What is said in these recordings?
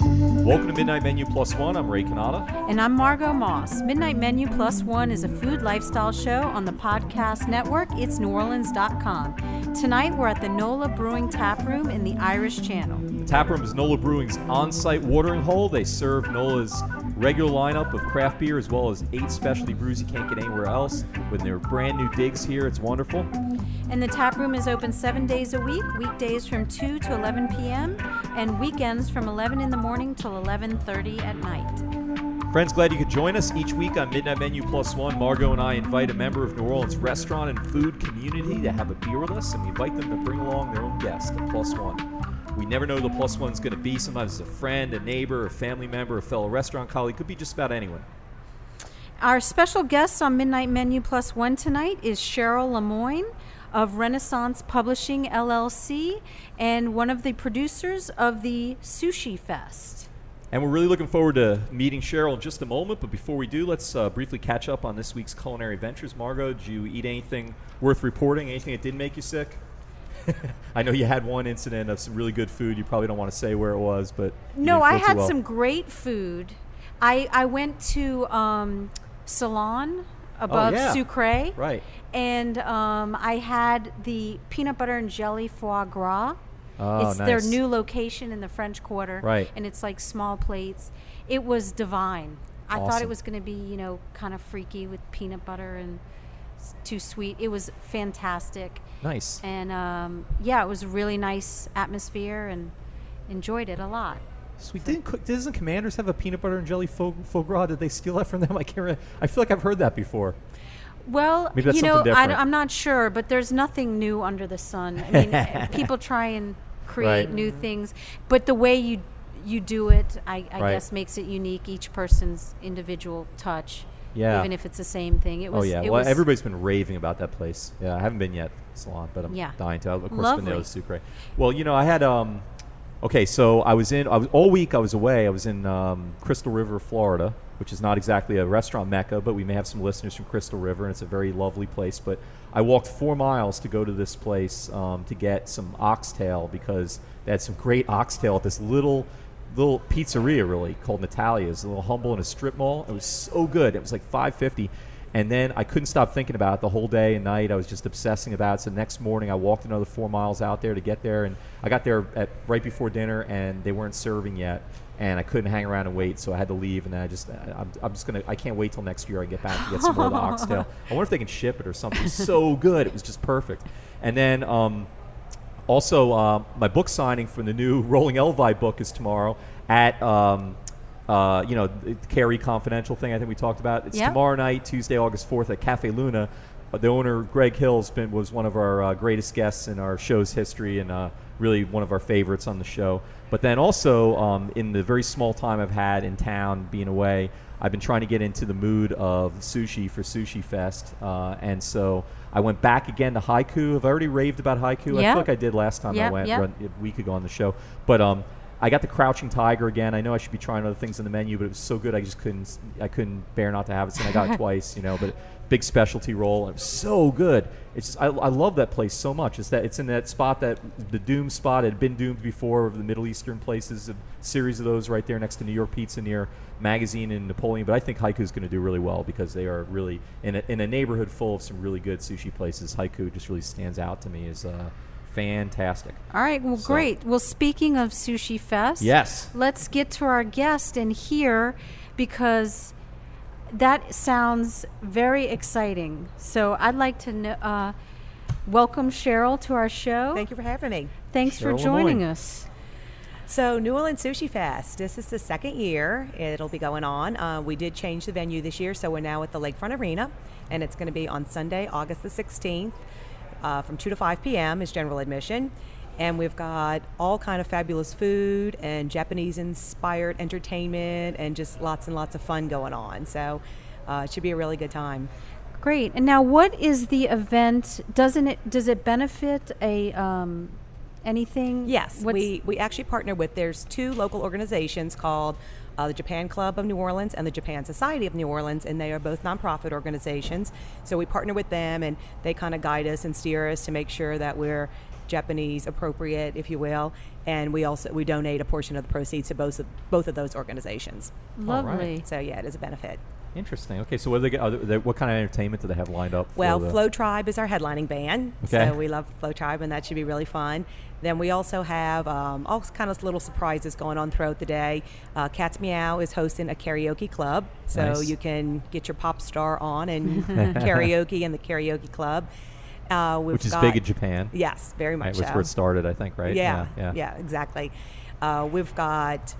Welcome to Midnight Menu Plus One. I'm Ray Kanata. And I'm Margot Moss. Midnight Menu Plus One is a food lifestyle show on the podcast network, it's neworleans.com. Tonight, we're at the NOLA Brewing Tap Room in the Irish Channel. Taproom is NOLA Brewing's on site watering hole. They serve NOLA's regular lineup of craft beer as well as eight specialty brews you can't get anywhere else with their brand new digs here. It's wonderful. And the tap room is open seven days a week, weekdays from 2 to 11 p.m. and weekends from 11 in the morning till 11:30 at night. Friends, glad you could join us each week on Midnight Menu Plus One. Margot and I invite a member of New Orleans restaurant and food community to have a beer with us, and we invite them to bring along their own guest at Plus One. We never know who the Plus One's going to be. Sometimes it's a friend, a neighbor, a family member, a fellow restaurant colleague. Could be just about anyone. Our special guest on Midnight Menu Plus One tonight is Cheryl Lemoyne of Renaissance Publishing LLC and one of the producers of the Sushi Fest. And we're really looking forward to meeting Cheryl in just a moment. But before we do, let's uh, briefly catch up on this week's culinary adventures. Margot, did you eat anything worth reporting? Anything that did make you sick? I know you had one incident of some really good food. You probably don't want to say where it was, but you No, didn't I feel too had well. some great food. I, I went to um, Salon above Oh, yeah. Sucre. Right. And um, I had the peanut butter and jelly foie gras. Oh, it's their nice. new location in the French Quarter. Right. And it's like small plates. It was divine. I thought Awesome. it was going to be, you know, kind of freaky with peanut butter and s- too sweet. It was fantastic. Nice. And um, yeah, it was a really nice atmosphere and enjoyed it a lot. Sweet. Didn't cook, doesn't Commanders have a peanut butter and jelly faux, foie gras? Did they steal that from them? I can't. Remember. I feel like I've heard that before. Well, Maybe that's you know, something I, different. am not sure, but there's nothing new under the sun. I mean, people try and create Right. new things, but the way you you do it, I, I Right. guess, makes it unique. Each person's individual touch, Yeah. even if it's the same thing. It was, oh yeah. it Well, was- everybody's been raving about that place. Yeah, I haven't been yet, Salon, but I'm Yeah. dying to. I've, of course, been there Lovely. with Sucre. Well, you know, I had. Um, okay, so I was in. I was all week. I was away. I was in um, Crystal River, Florida, which is not exactly a restaurant mecca, but we may have some listeners from Crystal River, and it's a very lovely place. But I walked four miles to go to this place um, to get some oxtail because they had some great oxtail at this little. Little pizzeria, really called Natalia's, a little humble in a strip mall. It was so good. It was like five fifty, and then I couldn't stop thinking about it the whole day and night. I was just obsessing about it. So next morning, I walked another four miles out there to get there, and I got there at right before dinner, and they weren't serving yet, and I couldn't hang around and wait, so I had to leave. And then I just, I- I'm, I'm just gonna, I can't wait till next year I get back to get some more of the oxtail. I wonder if they can ship it or something. It was so good, it was just perfect. And then. Um, also, um, my book signing for the new Rolling Elvi book is tomorrow at, um, uh, you know, the Carrie Confidential thing I think we talked about. It's Yeah. tomorrow night, Tuesday, August 4th at Cafe Luna. Uh, the owner, Greg Hill's been, was one of our uh, greatest guests in our show's history and uh, really one of our favorites on the show. But then also, um, in the very small time I've had in town being away, I've been trying to get into the mood of sushi for Sushi Fest. Uh, and so I went back again to haiku. I've already raved about haiku. I Yeah. feel like I did last time I Yeah, went yeah. run, a week ago on the show. But um, I got the crouching tiger again. I know I should be trying other things in the menu, but it was so good I just couldn't s- I couldn't bear not to have it. So I got it twice, you know. But big specialty roll. It was so good. It's just, I, I love that place so much. It's that it's in that spot that the doom spot had been doomed before of the Middle Eastern places. A series of those right there next to New York Pizza near Magazine and Napoleon. But I think Haiku's going to do really well because they are really in a, in a neighborhood full of some really good sushi places. Haiku just really stands out to me as uh, fantastic. All right, well, So- great. Well, speaking of Sushi Fest, Yes. let's get to our guest and hear because that sounds very exciting. So I'd like to know, uh, welcome Cheryl to our show. Thank you for having me. Thanks for Cheryl joining Lemoyne. us. So, New Orleans Sushi Fest, this is the second year it'll be going on. Uh, we did change the venue this year, so we're now at the Lakefront Arena, and it's going to be on Sunday, August the 16th, uh, from 2 to 5 p.m. is general admission. And we've got all kind of fabulous food and Japanese-inspired entertainment and just lots and lots of fun going on. So uh, it should be a really good time. Great. And now, what is the event? Doesn't it does it benefit a um, anything? Yes, What's- we, we actually partner with, there's two local organizations called uh, the Japan Club of New Orleans and the Japan Society of New Orleans, and they are both nonprofit organizations. So we partner with them and they kind of guide us and steer us to make sure that we're Japanese appropriate, if you will. And we also we donate a portion of the proceeds to both of, both of those organizations. Lovely. So yeah, it is a benefit. Interesting. Okay, so what, do they, get- are they, what kind of entertainment do they have lined up? for Well, the- Flow Tribe is our headlining band, Okay. so we love Flow Tribe, and that should be really fun. Then we also have um, all kind of little surprises going on throughout the day. Uh, Cats Meow is hosting a karaoke club, so Nice. you can get your pop star on and karaoke in the karaoke club. Uh, we've which is got- big in Japan. Yes, very much. right, was so. where it started, I think. Right? Yeah, yeah, exactly. Uh, we've got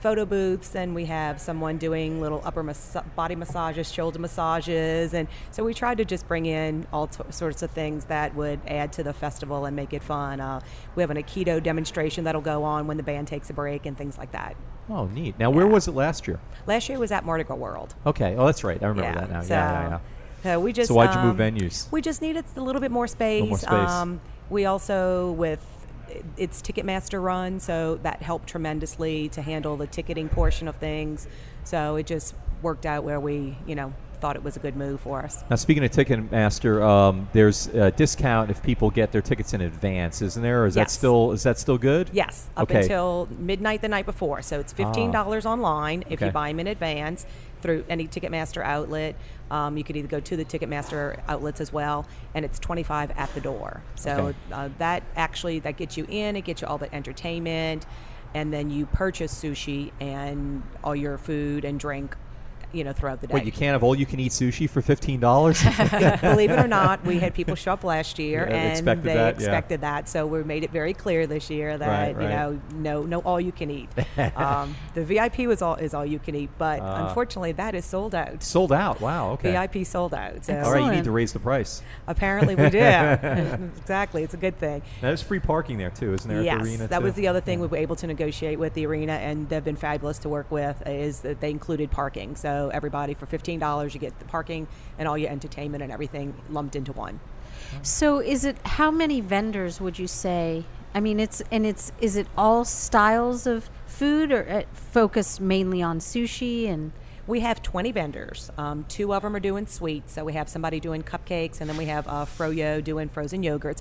photo booths, and we have someone doing little upper mas- body massages, shoulder massages, and so we tried to just bring in all t- sorts of things that would add to the festival and make it fun. Uh, we have an aikido demonstration that'll go on when the band takes a break and things like that. Oh, neat. Now, where was it last year? Last year was at Mardi Gras World. Okay. Oh, that's right. I remember that now. So, yeah, yeah, yeah. so we just So why'd you move um, venues? We just needed a little bit more space. Um, more space. we also with it's Ticketmaster run, so that helped tremendously to handle the ticketing portion of things. So it just worked out where we, you know, thought it was a good move for us. Now, speaking of Ticketmaster, um, there's a discount if people get their tickets in advance, isn't there? Or Is that Yes. still is that still good? Yes, up okay. Ah. until midnight the night before. So it's fifteen dollars online if Okay. you buy them in advance through any Ticketmaster outlet. Um, you could either go to the Ticketmaster outlets as well, and it's twenty five at the door. So Okay. uh, that actually that gets you in. It gets you all the entertainment, and then you purchase sushi and all your food and drink, you know, throughout the day. Wait, you can't have all you can eat sushi for fifteen dollars? Believe it or not, we had people show up last year Yeah, they and expected they that, yeah. expected that. So we made it very clear this year that Right, you right. know, no, no, all you can eat. um, the VIP was all is all you can eat, but Ah. unfortunately, that is sold out. Sold out. Wow. Okay. VIP sold out. So All right, you need Excellent. to raise the price. apparently, we did. exactly, it's a good thing. Now, there's free parking there too, isn't there? at Yes, the arena that too? was the other thing we were able to negotiate with the arena, and they've been fabulous to work with. Is that they included parking, so everybody for fifteen dollars you get the parking and all your entertainment and everything lumped into one. So is it how many vendors would you say? I mean, it's and it's is it all styles of food or uh, focused mainly on sushi and We have 20 vendors. Um, two of them are doing sweets. So we have somebody doing cupcakes, and then we have uh, Froyo doing frozen yogurts.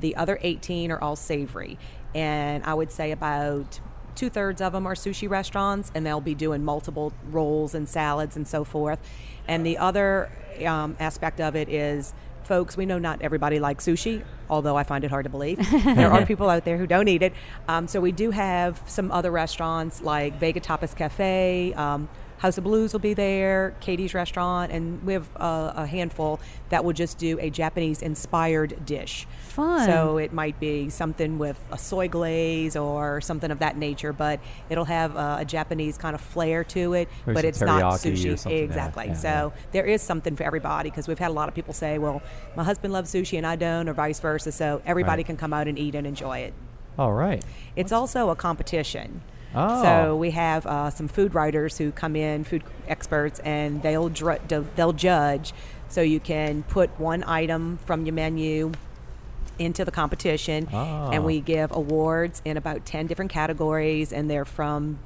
The other 18 are all savory. And I would say about two thirds of them are sushi restaurants, and they'll be doing multiple rolls and salads and so forth. And the other um, aspect of it is folks, we know not everybody likes sushi, although I find it hard to believe. there are people out there who don't eat it. Um, so we do have some other restaurants like Vega Tapas Cafe, um, House of Blues will be there, Katie's Restaurant, and we have a, a handful that will just do a Japanese inspired dish. Fun. So it might be something with a soy glaze or something of that nature, but it'll have a, a Japanese kind of flair to it, Maybe but some it's not teriyaki or sushi. something, yeah, exactly. yeah, so yeah. there is something for everybody because we've had a lot of people say, well, my husband loves sushi and I don't, or vice versa. So everybody Right. can come out and eat and enjoy it. All right. It's also a competition. Oh. So we have uh, some food writers who come in, food experts, and they'll dr- do- they'll judge. So you can put one item from your menu into the competition, Ah. and we give awards in about ten different categories, and they're from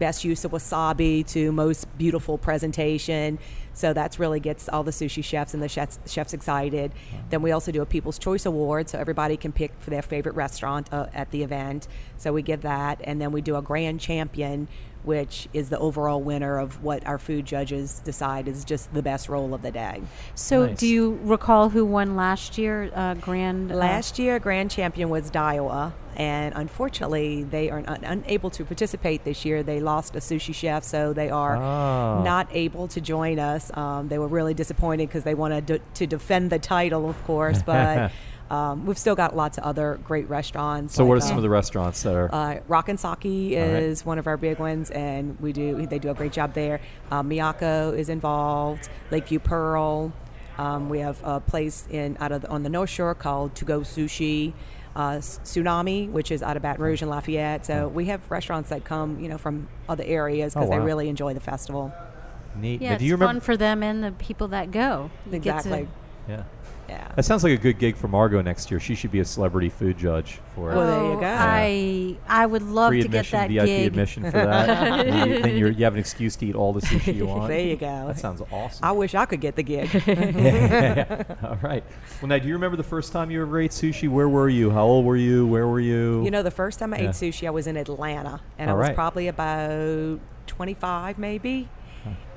best use of wasabi to most beautiful presentation. So that's really gets all the sushi chefs and the chefs, chefs excited. Then we also do a People's Choice Award, so everybody can pick for their favorite restaurant uh, at the event. So we give that, and then we do a Grand Champion, which is the overall winner of what our food judges decide is just the best roll of the day. so Nice. do you recall who won last year uh, grand Uh-huh. uh, Last year, grand champion was Daiwa, and unfortunately, they are un- unable to participate this year. They lost a sushi chef, so they are Ah. not able to join us. Um, they were really disappointed because they wanted to, to defend the title, of course, but um, we've still got lots of other great restaurants. So, what are like, some uh, of the restaurants that are? uh, Rock and Sake right. is one of our big ones, and we do they do a great job there. Uh, Miyako is involved. Lakeview Pearl. Um, we have a place in out of the, on the North Shore called To Go Sushi. Uh, Tsunami, which is out of Baton Rouge and Lafayette, so we have restaurants that come, you know, from other areas because Oh, wow. they really enjoy the festival. neat. Now, yeah it's do you remember? fun for them and the people that go You get to- Exactly. Yeah. Yeah. That sounds like a good gig for Margot next year. She should be a celebrity food judge for Well, there you Oh, go. I I would love free to get admission, that VIP gig. admission for that. And you- then you're, you have an excuse to eat all the sushi you want. There you go. That sounds awesome. I wish I could get the gig. all right. Well, now, do you remember the first time you ever ate sushi? Where were you? How old were you? Where were you? you know, the first time I Yeah. ate sushi, I was in Atlanta, and All I was right. probably about 25, maybe.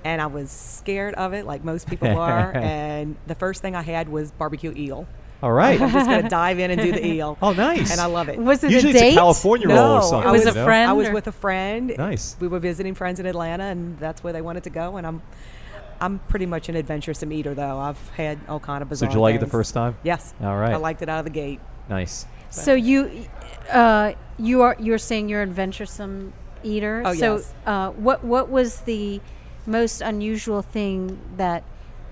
And I was scared of it, like most people are. and the first thing I had was barbecue eel. all right. I'm just going to dive in and do the eel. Oh, nice. And I love it. Was it Usually a it's date? a California roll or something. I was you a know? friend? I was or- with a friend. Nice. We were visiting friends in Atlanta, and that's where they wanted to go. And I'm, I'm pretty much an adventuresome eater, though. I've had all kind of So bizarre. did you like it the things. first time? Yes. All right. I liked it out of the gate. Nice. So you, uh, you are you're saying you're an adventuresome eater. Oh, so yes. uh, what what was the most unusual thing that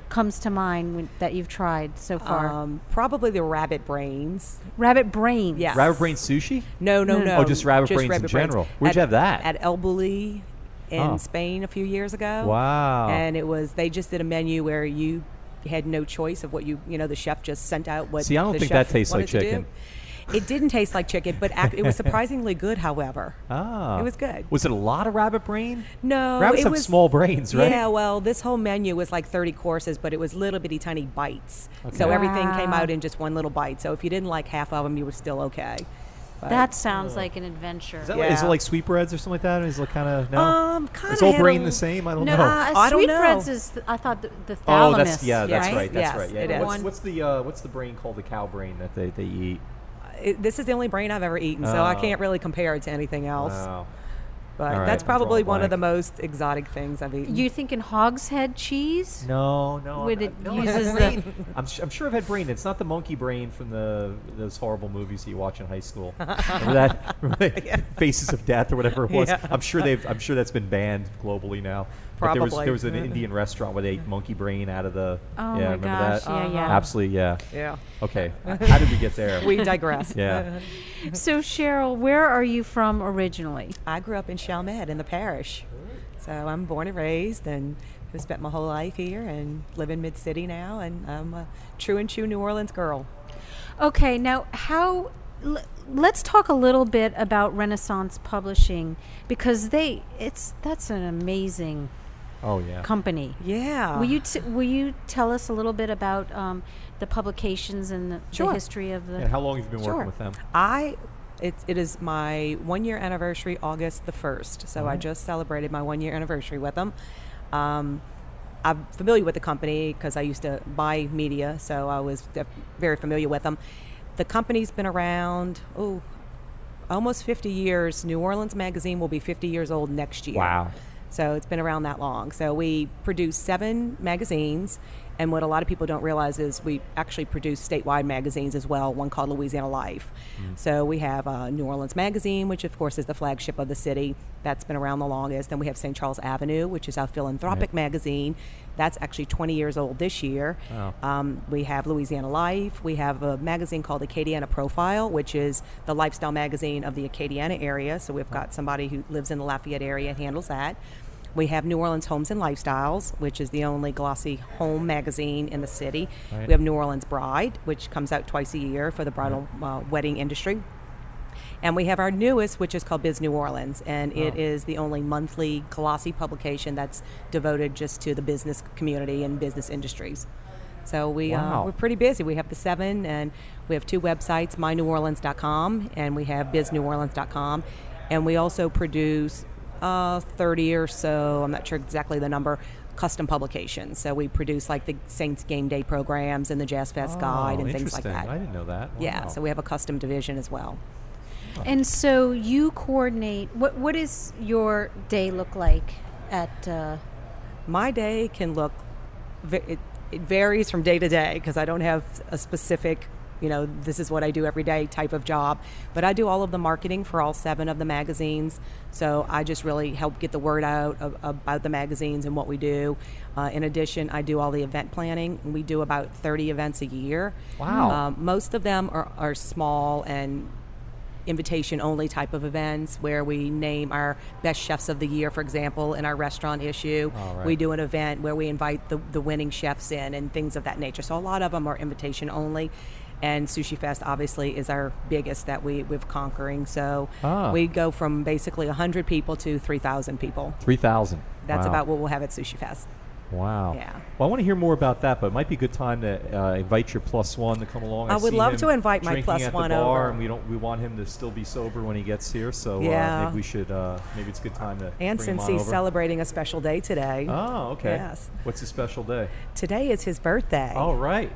comes to mind when, that you've tried so far? Um, probably the rabbit brains. Rabbit brains. Yeah. Rabbit brain sushi? No, no, No. no. Oh, just rabbit brains in general. Where'd At- you have that? At El Bulli in Oh. Spain a few years ago. Wow. And it was they just did a menu where you had no choice of what you you know the chef just sent out what. See, I don't the think that chef tastes like wanted to do. chicken. It didn't taste like chicken, but ac- it was surprisingly good. However, Ah. It was good. Was it a lot of rabbit brain? no, Rabbits it have was, small brains, right? Yeah, well, this whole menu was like 30 courses, but it was little bitty tiny bites. So Okay. everything came Wow. out in just one little bite. So if you didn't like half of them, you were still okay. But- That sounds like an adventure. Is, that like, is it Yeah. like sweetbreads or something like that? Or is it kind of no? Um, kinda Is all had a brain l- the same? I don't no, know. uh, I don't sweetbreads know. is th- I thought the, the oh, thalamus. that's yeah, that's right? right, that's Yes, right. Yeah, it yeah. is. What's, One- what's the uh, what's the brain called? The cow brain that they, they eat. it, this is the only brain I've ever eaten, so I Oh. can't really compare it to anything else. Wow. But All right, that's I'm drawing a probably one of the blank. most exotic things I've eaten. You thinking hogshead cheese? No, no. Would I'm, it no, I've had uses the- brain. I'm, su- I'm sure I've had brain. It's not the monkey brain from the those horrible movies that you watch in high school. Remember that Remember Faces of Death or whatever it was. Yeah. I'm sure they've. I'm sure that's been banned globally now. But there was Probably. there was an Indian restaurant where they ate monkey brain out of the. Oh yeah, my remember gosh! that? Yeah, Uh-huh. yeah. Absolutely, yeah. yeah, Okay, how did we get there? we digress. yeah. So Cheryl, where are you from originally? I grew up in Chalmette in the parish, so I'm born and raised, and have spent my whole life here and live in Mid City now, and I'm a true and true New Orleans girl. Okay, now how? L- let's talk a little bit about Renaissance Publishing because they it's that's an amazing Oh yeah. company. Yeah. Will you t- will you tell us a little bit about um, the publications and the, the Sure. history of the? And how long have you been Sure. working with them? I it, it is my one year anniversary August the 1st. So I just celebrated my one year anniversary with them. Um, I'm familiar with the company because I used to buy media, so I was def- very familiar with them. The company's been around, oh, almost 50 years. New Orleans Magazine will be 50 years old next year. Wow. So it's been around that long. So we produce seven magazines. And what a lot of people don't realize is we actually produce statewide magazines as well, one called Louisiana Life. So we have uh, New Orleans Magazine, which of course is the flagship of the city. That's been around the longest. Then we have St. Charles Avenue, which is our philanthropic magazine. That's actually 20 years old this year. Wow. Um, we have Louisiana Life. We have a magazine called Acadiana Profile, which is the lifestyle magazine of the Acadiana area. So we've got somebody who lives in the Lafayette area and handles that. We have New Orleans Homes and Lifestyles, which is the only glossy home magazine in the city. Right. We have New Orleans Bride, which comes out twice a year for the bridal uh, wedding industry. And we have our newest, which is called Biz New Orleans, and it Wow. is the only monthly glossy publication that's devoted just to the business community and business industries. So we Wow. uh, we're pretty busy. We have the seven, and we have two websites: myneworleans.com and we have bizneworleans.com, and we also produce uh, thirty or so. I'm not sure exactly the number. Custom publications. So we produce like the Saints game day programs and the Jazz Fest guide Oh, and things like interesting. that. I didn't know that. yeah. Wow. So we have a custom division as well. And so you coordinate. What what is your day look like at? Uh, my day can look ve- it, it varies from day to day because i don't have a specific you know this is what i do every day type of job but i do all of the marketing for all seven of the magazines so i just really help get the word out of, about the magazines and what we do uh, in addition i do all the event planning we do about 30 events a year Wow. um, most of them are, are small and invitation only type of events where we name our best chefs of the year, for example, in our restaurant issue. All right. We do an event where we invite the, the winning chefs in and things of that nature. So a lot of them are invitation only. And Sushi Fest obviously is our biggest that we, we're conquering. So Ah. we go from basically 100 people to 3,000 people. Three thousand. That's about what we'll have at Sushi Fest. Wow. Yeah. Well, I want to hear more about that, but it might be a good time to uh, invite your plus one to come along. I would see love him to invite my drinking plus at the one bar, over. and we don't. We want him to still be sober when he gets here, so uh, Yeah. maybe we should. Uh, maybe it's a good time to. bring him And since on he's over. celebrating a special day today, Oh, okay. Yes. What's his special day? today is his birthday. All right.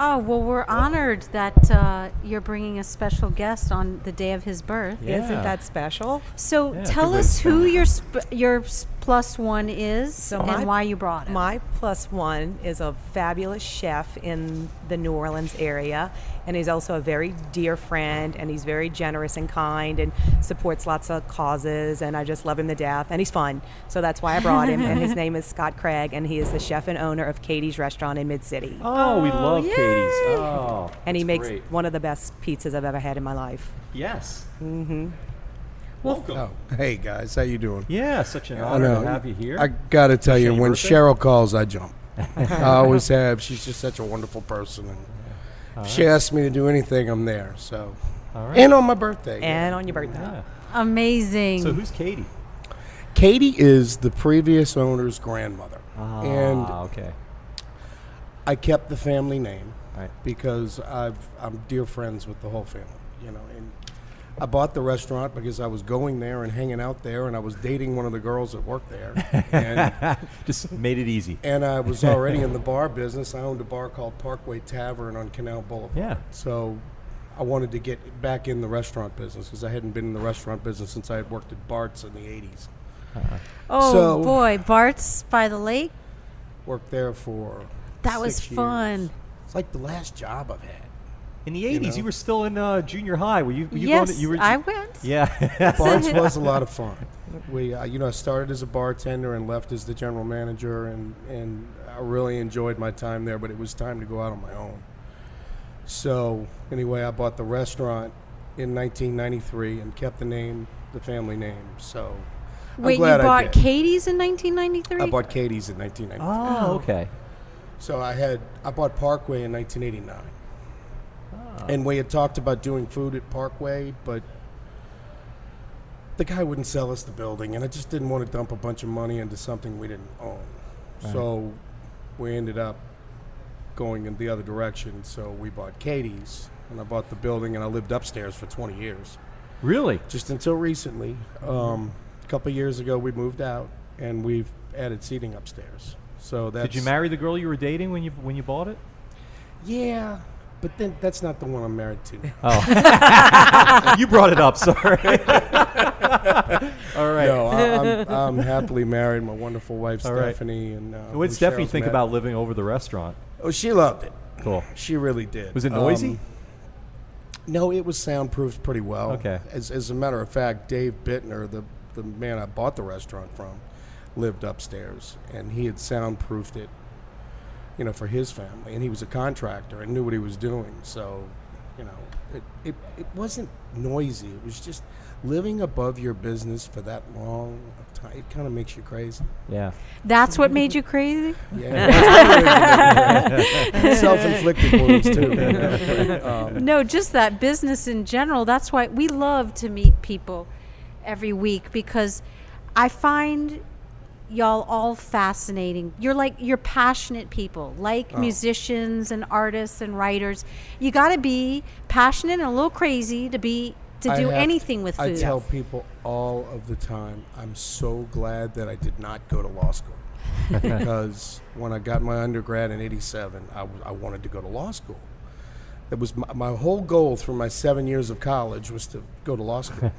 Oh, well, we're honored that uh, you're bringing a special guest on the day of his birth. Yeah. Isn't that special? So Yeah, good tell way to us who spend it. your sp- your s- plus one is and my- why you brought him. My plus one is a fabulous chef in the New Orleans area, and he's also a very dear friend, and he's very generous and kind, and supports lots of causes, and I just love him to death, and he's fun. So that's why I brought him, and his name is Scott Craig, and he is the chef and owner of Katie's Restaurant in Mid City, Oh, we love yay. Katie's. Oh, and he that's makes great. one of the best pizzas I've ever had in my life. Yes. Mm-hmm. Welcome. Oh, hey guys, how you doing? Yeah, such an honor know. to have you here. I gotta tell you, your when birthday? Cheryl calls, I jump. I always have. She's just such a wonderful person, and if she asks me to do anything, I'm there. So, All right. and on my birthday, And on your birthday. Yeah. Amazing. So who's Katie? Katie is the previous owner's grandmother, Ah, and okay. I kept the family name All right. because I've, I'm dear friends with the whole family. You know, and I bought the restaurant because I was going there and hanging out there, and I was dating one of the girls that worked there, and. Just made it easy. and I was already in the bar business. I owned a bar called Parkway Tavern on Canal Boulevard. Yeah. So I wanted to get back in the restaurant business because I hadn't been in the restaurant business since I had worked at Bart's in the 80s. oh so- boy, Bart's by the lake. Worked there for. That was six years. fun. It's like the last job I've had. In the 80s, you, know? were still in uh, junior high. Were you, were you yes, going to, you were, I went. Yeah. Bart's was a lot of fun. We, uh, you know, I started as a bartender and left as the general manager, and, and I really enjoyed my time there. But it was time to go out on my own. So anyway, I bought the restaurant in 1993 and kept the name, the family name. So Wait, I'm you glad bought I did. Katie's in 1993? I bought Katie's in 1993. oh, okay. So I had I bought Parkway in 1989, Ah. and we had talked about doing food at Parkway, but the guy wouldn't sell us the building, and I just didn't want to dump a bunch of money into something we didn't own. So we ended up going in the other direction. So we bought Katie's, and I bought the building, and I lived upstairs for 20 years Really? just until recently. Um, a couple years ago, we moved out, and we've added seating upstairs. So that's Did you marry the girl you were dating when you when you bought it? Yeah, but then that's not the one I'm married to. you brought it up, sorry. All right. No, I, I'm, I'm happily married. My wonderful wife All right. Stephanie and uh, what did who Stephanie Cheryl's think met. about living over the restaurant? Oh, she loved it. Cool. She really did. Was it Um, noisy? no, it was soundproofed pretty well. Okay. As, as a matter of fact, Dave Bittner, the the man I bought the restaurant from, lived upstairs, and he had soundproofed it. You know, for his family, and he was a contractor and knew what he was doing. So, you know, it it, it wasn't noisy. It was just living above your business for that long of time. It kind of makes you crazy. yeah. That's what made you crazy? Yeah, self-inflicted wounds too. you know. Um, No, just that business in general. That's why we love to meet people every week because I find y'all all fascinating. You're like you're passionate people, like Oh. musicians and artists and writers. You got to be passionate and a little crazy to be to I do have- anything with food. I tell people all of the time, I'm so glad that I did not go to law school. because when I got my undergrad in 87, I, w- I wanted to go to law school. That was my, my whole goal through my seven years of college was to go to law school.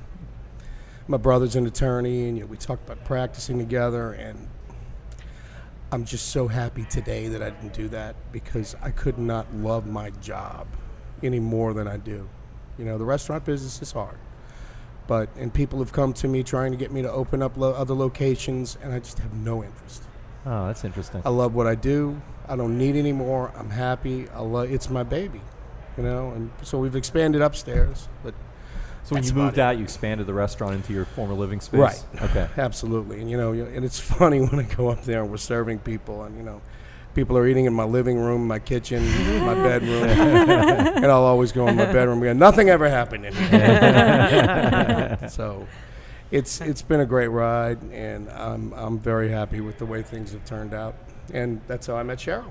my brother's an attorney, and you know, we talked about practicing together. And I'm just so happy today that I didn't do that because I could not love my job any more than I do. You know, the restaurant business is hard. But, and people have come to me trying to get me to open up lo- other locations, and I just have no interest. Oh, that's interesting. I love what I do. I don't need any more. I'm happy. I love it's my baby. You know, and so we've expanded upstairs, but So when That's you about moved it. out, you expanded the restaurant into your former living space. Right. Okay. Absolutely. And you know, you- and it's funny when I go up there and we're serving people, and you know, people are eating in my living room, my kitchen, my bedroom, and I'll always go in my bedroom. Again, nothing ever happened in here. so, it's it's been a great ride, and I'm I'm very happy with the way things have turned out, and that's how I met Cheryl.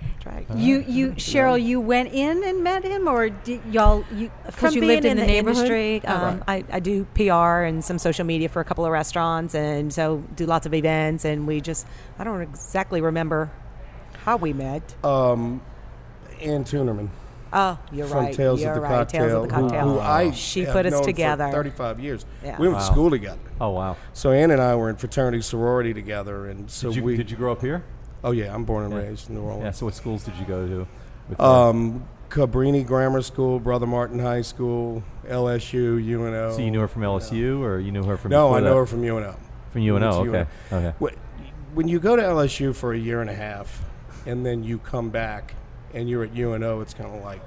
That's right. You, you, Cheryl, you went in and met him, or did y'all? You because From you being lived in, the, neighborhood. Oh, industry, um, I, I do PR and some social media for a couple of restaurants, and so do lots of events. And we just, I don't exactly remember how we met. Um, Ann Tunerman Oh, you're from right. Tales, you're of the right. Cocktail, Tales of the who- Cocktail. Who, I she have put us known for together. 35 years. Yeah. We went to Wow. school together. Oh wow. So Ann and I were in fraternity sorority together, and so Did you, we. did you grow up here? oh yeah, I'm born and raised in New Yeah. Orleans. So what schools did you go to? With Um, Cabrini Grammar School, Brother Martin High School, LSU, UNO. her? so you knew her from LSU, or you knew her from? No, before I know that? her from UNO. From UNO, Went to okay. Okay. Wh- When you go to LSU for a year and a half, and then you come back and you're at UNO, it's kind of like.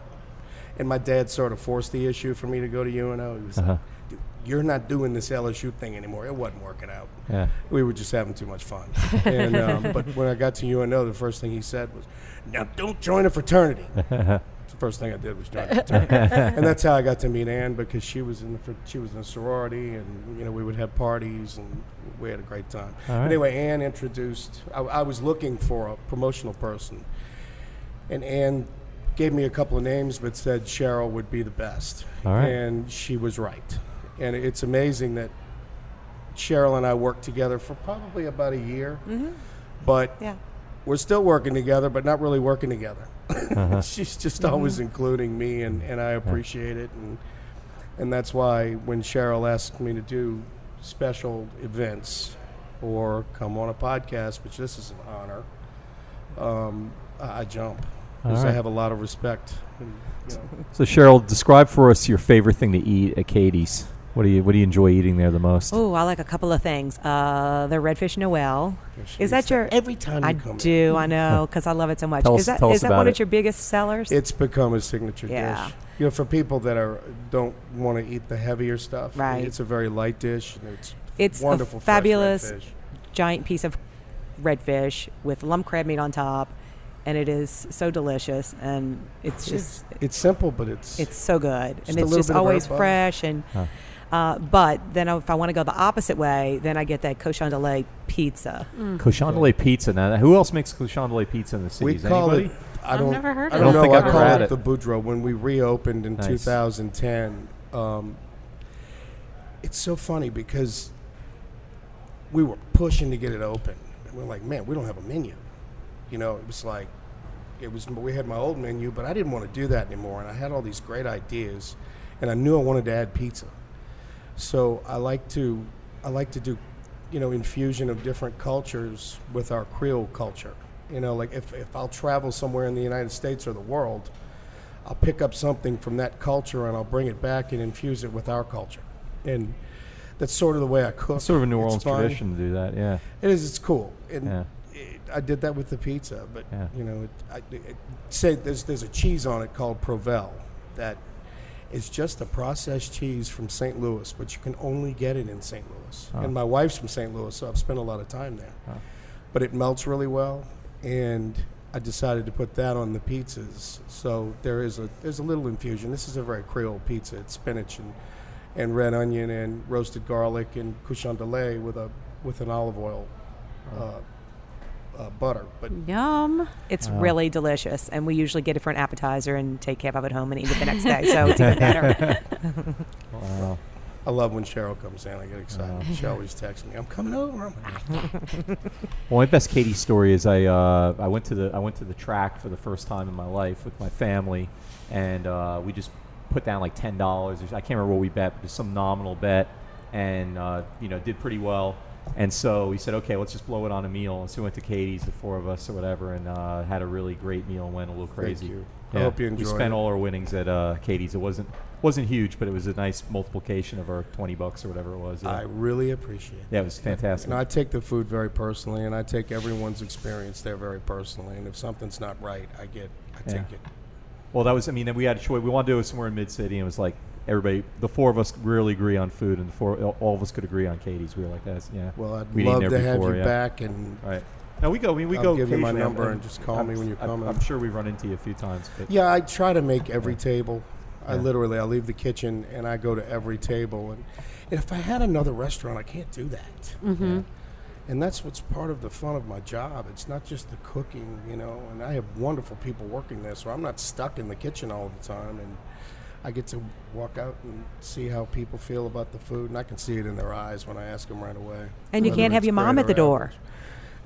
And my dad sort of forced the issue for me to go to UNO. He was Uh-huh. like, Dude, "You're not doing this LSU thing anymore. It wasn't working out." Yeah. we were just having too much fun. And, um, but when I got to UNO, the first thing he said was, "Now don't join a fraternity." It's the first thing I did was join a fraternity, and that's how I got to meet Ann because she was in the fr- she was in a sorority, and you know we would have parties and we had a great time. All right. Anyway, Ann introduced. I, I was looking for a promotional person, and Ann gave me a couple of names, but said Cheryl would be the best. All right. And she was right. And it's amazing that Cheryl and I worked together for probably about a year, but Mm-hmm. yeah. we're still working together, but not really working together. She's just Mm-hmm. always including me, and, and I appreciate it. And, and that's why when Cheryl asked me to do special events or come on a podcast, which this is an honor, um, I I jump because I right. have a lot of respect. And, you know, So Cheryl, describe for us your favorite thing to eat at Katie's. What do you What do you enjoy eating there the most? Oh, I like a couple of things. Uh, the redfish Noel. she Is eats that your? every time you I come in. do. I know because I love it so much. Tell is us- that tell us is that about one it. of your biggest sellers? It's become a signature Yeah. dish. You know, for people that are don't want to eat the heavier stuff, Right. It's a very light dish. And it's It's a wonderful, fresh fabulous- red fish. giant piece of redfish with lump crab meat on top, and it is so delicious, and it's just It's simple, but it's it's so good, Just and a it's little just bit of always herb on it. fresh. And Huh. uh, but then if I want to go the opposite way, then I get that cochon de lait pizza. Mm. Cochandale pizza. Now, who else makes cochandale pizza in the city? we Is call anybody? it. I I've don't. never heard I of it. don't I don't know. think I I've call ever had it, it. the Boudreaux. When we reopened in Nice. 2010, um, it's so funny because we were pushing to get it open, and we're like, man, we don't have a menu. You know, it was like it was we had my old menu, but I didn't want to do that anymore, and I had all these great ideas, and I knew I wanted to add pizza. So I like to I like to do you know infusion of different cultures with our Creole culture. You know, like if, if I'll travel somewhere in the United States or the world, I'll pick up something from that culture and I'll bring it back and infuse it with our culture. And that's sort of the way I cook. It's sort of a New Orleans It's fun. tradition to do that. Yeah. It is. It's cool. And Yeah. it, I did that with the pizza, but Yeah. you know, it, I, it, say there's there's a cheese on it called Provel that is just a processed cheese from St. Louis, but you can only get it in St. Louis. And my wife's from St. Louis, so I've spent a lot of time there. But it melts really well, and I decided to put that on the pizzas. So there is a there's a little infusion. This is a very Creole pizza. It's spinach and and red onion and roasted garlic and couchon de lait with a with an olive oil Oh. uh, uh, butter. But Yum. It's really delicious, and we usually get it for an appetizer and take half of it home and eat it the next day. So it's even better. Wow. I love when Cheryl comes in. I get excited. Oh. She always texts me, "I'm coming over." I'm like, Well, my best Katie story is I uh, I went to the I went to the track for the first time in my life with my family, and uh, we just put down like ten dollars. I can't remember what we bet, but just some nominal bet, and uh, you know did pretty well. And so we said, okay, let's just blow it on a meal. And so we went to Katie's, the four of us or whatever, and uh, had a really great meal and went a little crazy. you. I hope you We enjoyed spent it. all our winnings at uh, Katie's. It wasn't wasn't huge, but it was a nice multiplication of our twenty bucks or whatever it was. I really appreciate it. yeah, it was fantastic. You know, I take the food very personally, and I take everyone's experience there very personally. And if something's not right, I get, I Yeah. take it. Well, that was. I mean, we had a choice. We wanted to do it somewhere in Mid City, and it was like everybody. The four of us really agree on food, and the four all of us could agree on Katie's. We were like, "That's yeah." Well, I'd We'd eaten love there to have before, you yeah. back and All right. Now we go. I mean, we I'll go. give you my occasionally. number and just call me when you I'm- come in. I'm sure we run into you a few times, but Yeah, I try to make every table. I Yeah. literally I leave the kitchen and I go to every table and, and if I had another restaurant, I can't do that. yeah. And that's what's part of the fun of my job. It's not just the cooking, you know, and I have wonderful people working there, so I'm not stuck in the kitchen all the time and I get to walk out and see how people feel about the food and I can see it in their eyes when I ask them right away. And you whether can't have it's your mom great at the or door. average.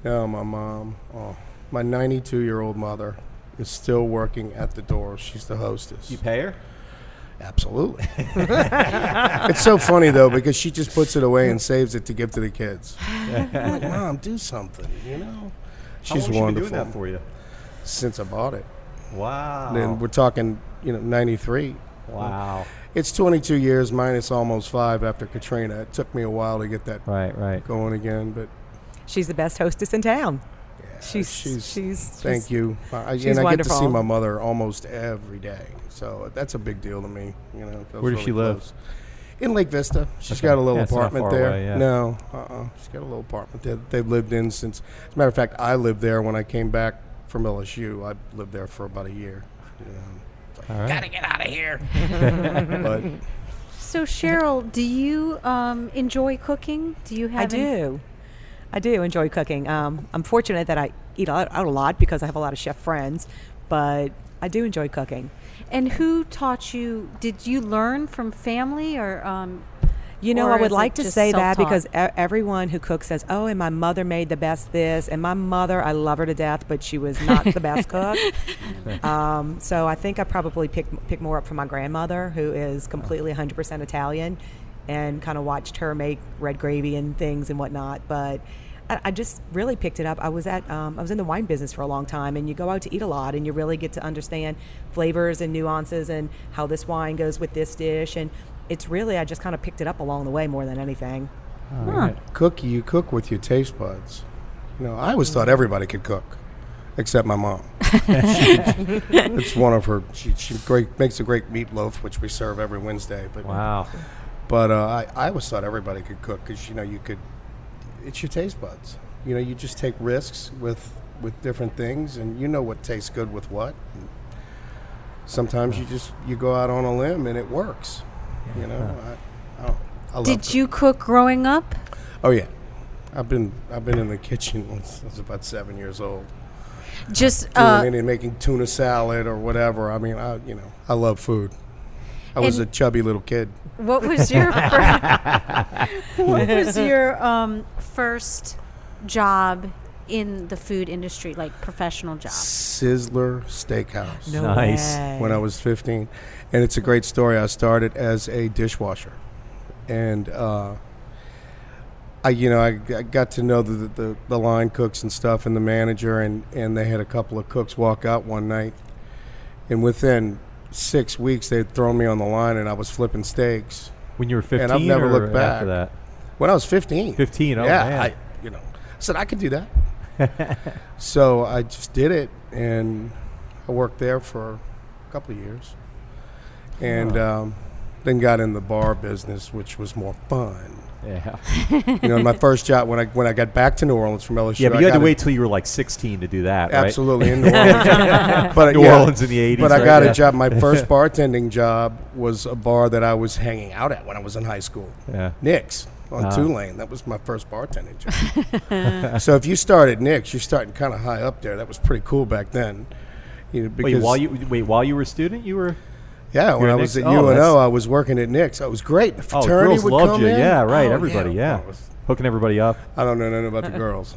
No, my mom. Oh, my 92 year old mother is still working at the door. She's the hostess. you pay her. Absolutely. it's so funny though because she just puts it away and saves it to give to the kids. I'm like, mom, do something. You know, How she's long has she been wonderful. doing that for you? Oh. Since I bought it, Wow. then we're talking, you know, 93. wow. It's 22 years minus almost five after Katrina. It took me a while to get that Right. Right. going again, but She's the best hostess in town. she's, she's- she's she's Thank you. I, she's and I get to see wonderful. my mother almost every day, so that's a big deal to me. You know, it goes Where does she live? close. In Lake Vista, She's Okay. got a little Yeah, it's not apartment far there. away, yeah. No, uh-uh. she's got a little apartment that they've lived in since. As a matter of fact, I lived there when I came back from LSU. I lived there for about a year. You know, All right. but So Cheryl, do you um, enjoy cooking? Do you have? I any- do. I do enjoy cooking. Um, I'm fortunate that I eat out, out a lot because I have a lot of chef friends, but I do enjoy cooking. And who taught you? Did you learn from family or? Um, You know, or I is would it like to just say that self-taught? because e- everyone who cooks says, "Oh, and my mother made the best this," and my mother, I love her to death, but she was not the best cook. Um, so I think I probably pick pick more up from my grandmother, who is completely 100% Italian, and kind of watched her make red gravy and things and whatnot. But I, I just really picked it up. I was at um, I was in the wine business for a long time, and you go out to eat a lot, and you really get to understand flavors and nuances and how this wine goes with this dish and it's really I just kind of picked it up along the way more than anything. All right. cook, you cook with your taste buds. You know, I always thought everybody could cook, except my mom. She- it's one of her. She, she great makes a great meatloaf, which we serve every Wednesday. But Wow. But uh, I, I always thought everybody could cook because you know you could. It's your taste buds. You know, you just take risks with with different things, and you know what tastes good with what. And sometimes you just you go out on a limb and it works. You know, I, I, don't- I love Did cooking. you cook growing up? Oh yeah, I've been I've been in the kitchen since I was about seven years old, Just doing uh, any making tuna salad or whatever. I mean, I you know I love food. I was a And- chubby little kid. What was your first, what was your um, first job in the food industry, like professional job? Sizzler Steakhouse. Nice. when I was 15. And it's a great story. I started as a dishwasher. And uh, I, you know, I, I got to know the, the, the line cooks and stuff and the manager. And, and they had a couple of cooks walk out one night. And within six weeks, they'd thrown me on the line and I was flipping steaks. When you were 15 And I've never or looked after back. that? When I was 15. 15, oh, yeah. man. I, you know, I said, I could do that. so I just did it. And I worked there for a couple of years. And um, then got in the bar business, which was more fun. Yeah. You know, my first job when I when I got back to New Orleans from LSU. Yeah, but I you had got to in- wait till you were like 16 to do that, right? Absolutely in New Orleans. but, New yeah, Orleans in the 80s. But I right? got Yeah. a job. My first bartending job was a bar that I was hanging out at when I was in high school. Yeah. Ah. Nick's on Tulane. That was my first bartending job. so if you start at Nick's, you're starting kind of high up there. That was pretty cool back then. You know, because Wait, while you wait, while you were a student, you were yeah, when you're I at was Nick's? at Oh, UNO, that's- I was working at Nick's. It was great. The oh, fraternity girls would loved come you. in. Yeah, right. Oh, everybody, yeah, Oh, it was- hooking everybody up. I don't know nothing about Uh-uh. the girls.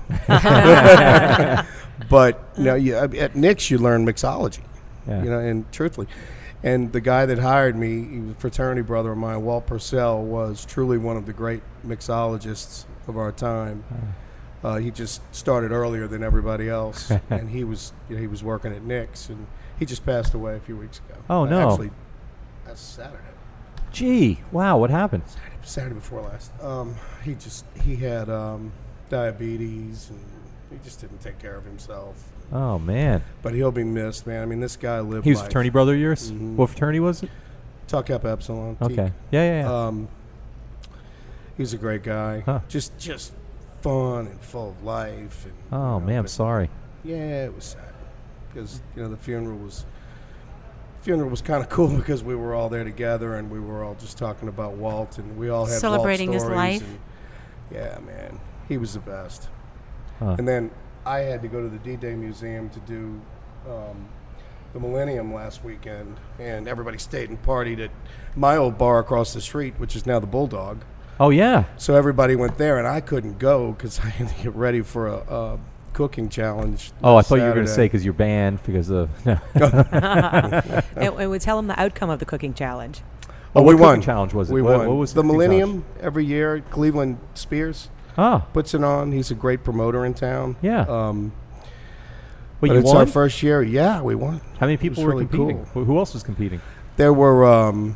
but no, you, at Nick's you learn mixology, Yeah. you know, and truthfully, and the guy that hired me, he was a fraternity brother of mine, Walt Purcell, was truly one of the great mixologists of our time. Uh, he just started earlier than everybody else, and he was you know, he was working at Nick's, and he just passed away a few weeks ago. Uh, Oh, no. Actually, that's Saturday. Gee, wow, what happened? Saturday before last. Um, he just he had um, diabetes and he just didn't take care of himself. Oh man, But he'll be missed, man. I mean, this guy lived. he was life. fraternity brother of yours. Mm-hmm. What fraternity was it? Tuck up Epsilon. Teak. Okay, yeah, yeah, yeah. Um, he was a great guy. Huh. Just just fun and full of life. And, you oh know, man, I'm but- sorry. Yeah, it was sad because you know the funeral was funeral was kind of cool because we were all there together and we were all just talking about Walt and we all had Walt Celebrating his stories life. and- yeah, man, he was the best. Huh. And then I had to go to the D-Day Museum to do um, the Millennium last weekend, and everybody stayed and partied at my old bar across the street, which is now the Bulldog. Oh yeah. So everybody went there, and I couldn't go because I had to get ready for a, a cooking challenge. Oh, I last thought you were going to say Saturday. Oh. because you're banned because of Oh, no. and, and we tell them the outcome of the cooking challenge. Oh, Oh, we what cooking won. challenge was it? We What- won. what was the the cooking challenge? Millennium every year? Cleveland Spears oh, puts it on. He's a great promoter in town. Yeah. Um, but, but you it's won. our first year. Yeah, we won. How many people was were really competing? Who- Who else was competing? There were um,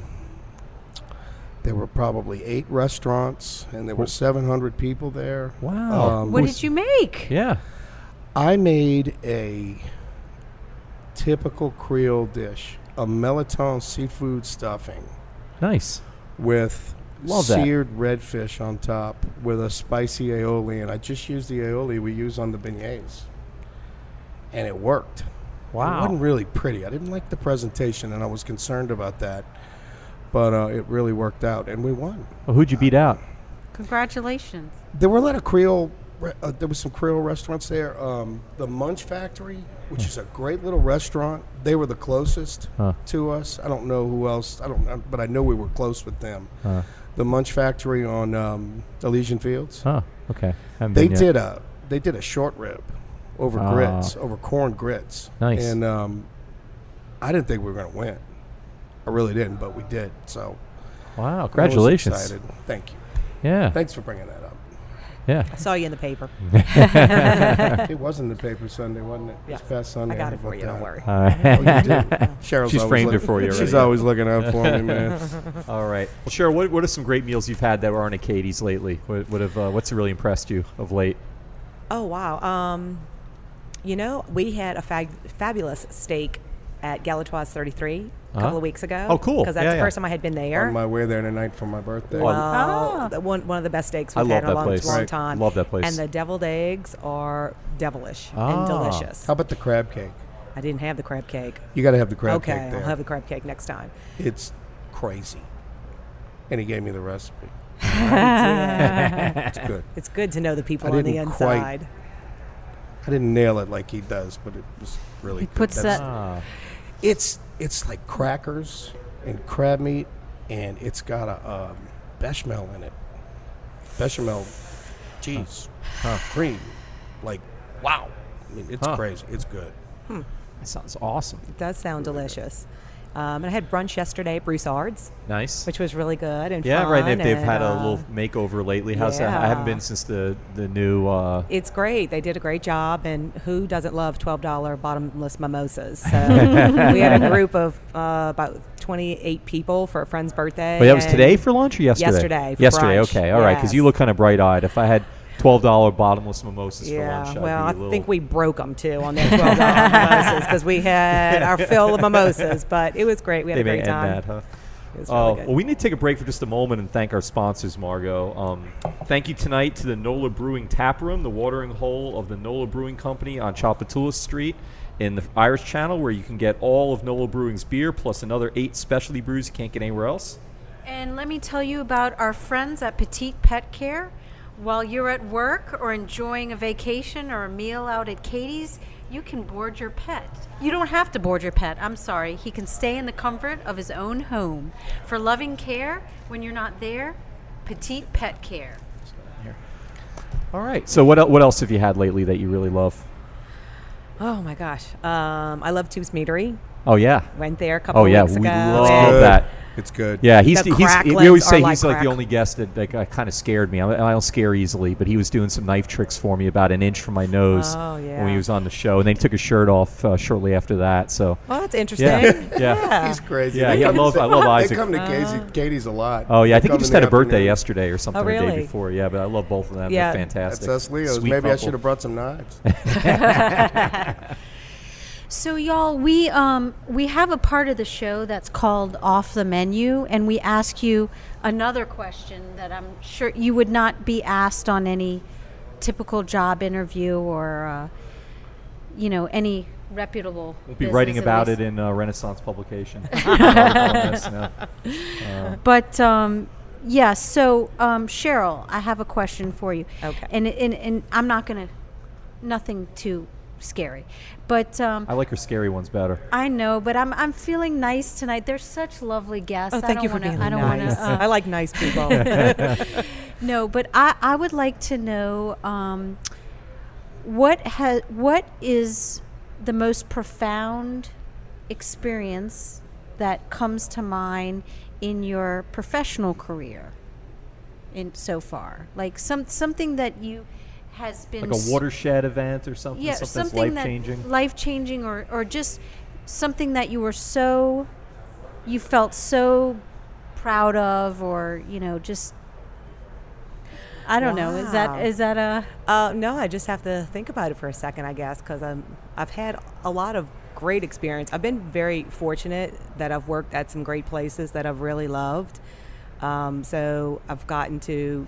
there were probably eight restaurants, and there were seven hundred people there. Wow. Um, What was- did you make? Yeah. I made a typical Creole dish, a melaton seafood stuffing Nice. with Love that. seared redfish on top with a spicy aioli, and I just used the aioli we use on the beignets, and it worked. It Wow. wasn't really pretty. I didn't like the presentation, and I was concerned about that, but uh, it really worked out, and we won. Well, who'd you beat out? Congratulations. There were a lot of Creole. re- Uh, there was some Creole restaurants there. Um, the Munch Factory, which is a great little restaurant, they were the closest Huh. to us. I don't know who else. I don't, uh, but I know we were close with them. Huh. The Munch Factory on um, Elysian Fields. Oh, okay. Haven't They been yet. did a they did a short rib over Ah. grits, over corn grits. Nice. And um, I didn't think we were going to win. I really didn't, but we did. So Wow. I was Congratulations. excited. Thank you. Yeah. Thanks for bringing that up. yeah. I saw you in the paper. It was in the paper Sunday, wasn't it? This Yeah. past Sunday. I got it How for about you. Don't that? worry. All right. Oh, you did. Cheryl's She's always framed it looking- for you She's already. always looking out for me, man. All right. Well, Cheryl, what, what are some great meals you've had that were on at Katie's lately? What, what have uh, what's really impressed you of late? Oh wow. Um, you know, we had a fag- fabulous steak at Galatoire's 33 a Uh-huh. couple of weeks ago. Oh, cool. Because that's Yeah, the yeah. first time I had been there. On my way there tonight for my birthday. Well, Well, Ah. the one, one of the best steaks I we've love had in that a long, place. long Right. time. Love that place. And the deviled eggs are devilish Ah. and delicious. How about the crab cake? I didn't have the crab cake. You got to have the crab okay, cake there. I'll have the crab cake next time. it's crazy. And he gave me the recipe. it's good. It's good to know the people I on the didn't quite- inside. I didn't nail it like he does, but it was really He good. puts That's- that. Ah, Uh, It's it's like crackers and crab meat, and it's got a um, bechamel in it. Bechamel cheese cream, like wow. I mean, it's Huh. crazy. It's good. that sounds awesome. It does sound delicious. Um, and I had brunch yesterday at Broussard's, Nice. which was really good and yeah, right. fun They've, they've and, had a uh, little makeover lately. How's that? I haven't yeah. been since the the new. Uh, It's great. They did a great job, and who doesn't love twelve dollar bottomless mimosas? So we had a group of uh, about twenty eight people for a friend's birthday. but that was and- today for lunch or yesterday? Yesterday for yesterday. brunch, Okay. All right. Because you yes. look kind of bright eyed. If I had twelve dollar bottomless mimosas Yeah, for lunch, well, I'd I be a little, think we broke them too on their twelve dollar mimosas because we had our fill of mimosas. But it was great. We had they a may end great time. that, huh? It was really Oh, good. well, we need to take a break for just a moment and thank our sponsors, Margot. Um, thank you tonight to the NOLA Brewing Tap Room, the watering hole of the NOLA Brewing Company on Chapatula Street in the Irish Channel, where you can get all of NOLA Brewing's beer plus another eight specialty brews you can't get anywhere else. And let me tell you about our friends at Petite Pet Care. While you're at work or enjoying a vacation or a meal out at Katie's, you can board your pet. You don't have to board your pet, I'm sorry. He can stay in the comfort of his own home. For loving care when you're not there, Petite Pet Care. All right. So, what, el- what else have you had lately that you really love? oh my gosh, um, I love Tubes Meadery. Oh, yeah. Went there a couple Oh, yeah, weeks we ago. love and- Good. that. It's good. Yeah, he's, The he's crack we always lights say are like he's like the crack. only guest that, that kind of scared me. I, I don't scare easily, but he was doing some knife tricks for me about an inch from my nose Oh, when he yeah. was on the show, and then he took his shirt off uh, shortly after that. So, Well, that's interesting. yeah, yeah. He's crazy. Yeah, They yeah, I come to- love- I love they Isaac. come to Uh. Casey, Katie's a lot. Oh yeah, I think They he come just in had the a birthday afternoon. yesterday or something, or the day Oh, really? before. Yeah, but I love both of them. Yeah. They're fantastic. That's us Leos. Sweet Maybe I couple. should have brought some knives. So y'all, we um, we have a part of the show that's called off the menu, and we ask you another question that I'm sure you would not be asked on any typical job interview or uh, you know any reputable. We'll be business, writing at about least. it in uh, Renaissance publication. Uh, on this, no. But um, yeah, so um, Cheryl, I have a question for you. Okay. And and, and I'm not gonna nothing too scary, but um, I like your scary ones better. I know, but I'm I'm feeling nice tonight. They're such lovely guests. Oh, I thank don't you for wanna, being I don't nice. wanna. I Uh, like nice people. no, but I I would like to know um, what has what is the most profound experience that comes to mind in your professional career in so far like some something that you has been Like a s- watershed event or something. yeah, something, something life changing. that life changing, or or just something that you were so you felt so proud of, or you know, just I don't know. Is Wow. that is that a Uh, no, I just have to think about it for a second, I guess, because I'm I've had a lot of great experience. I've been very fortunate that I've worked at some great places that I've really loved. Um, so I've gotten to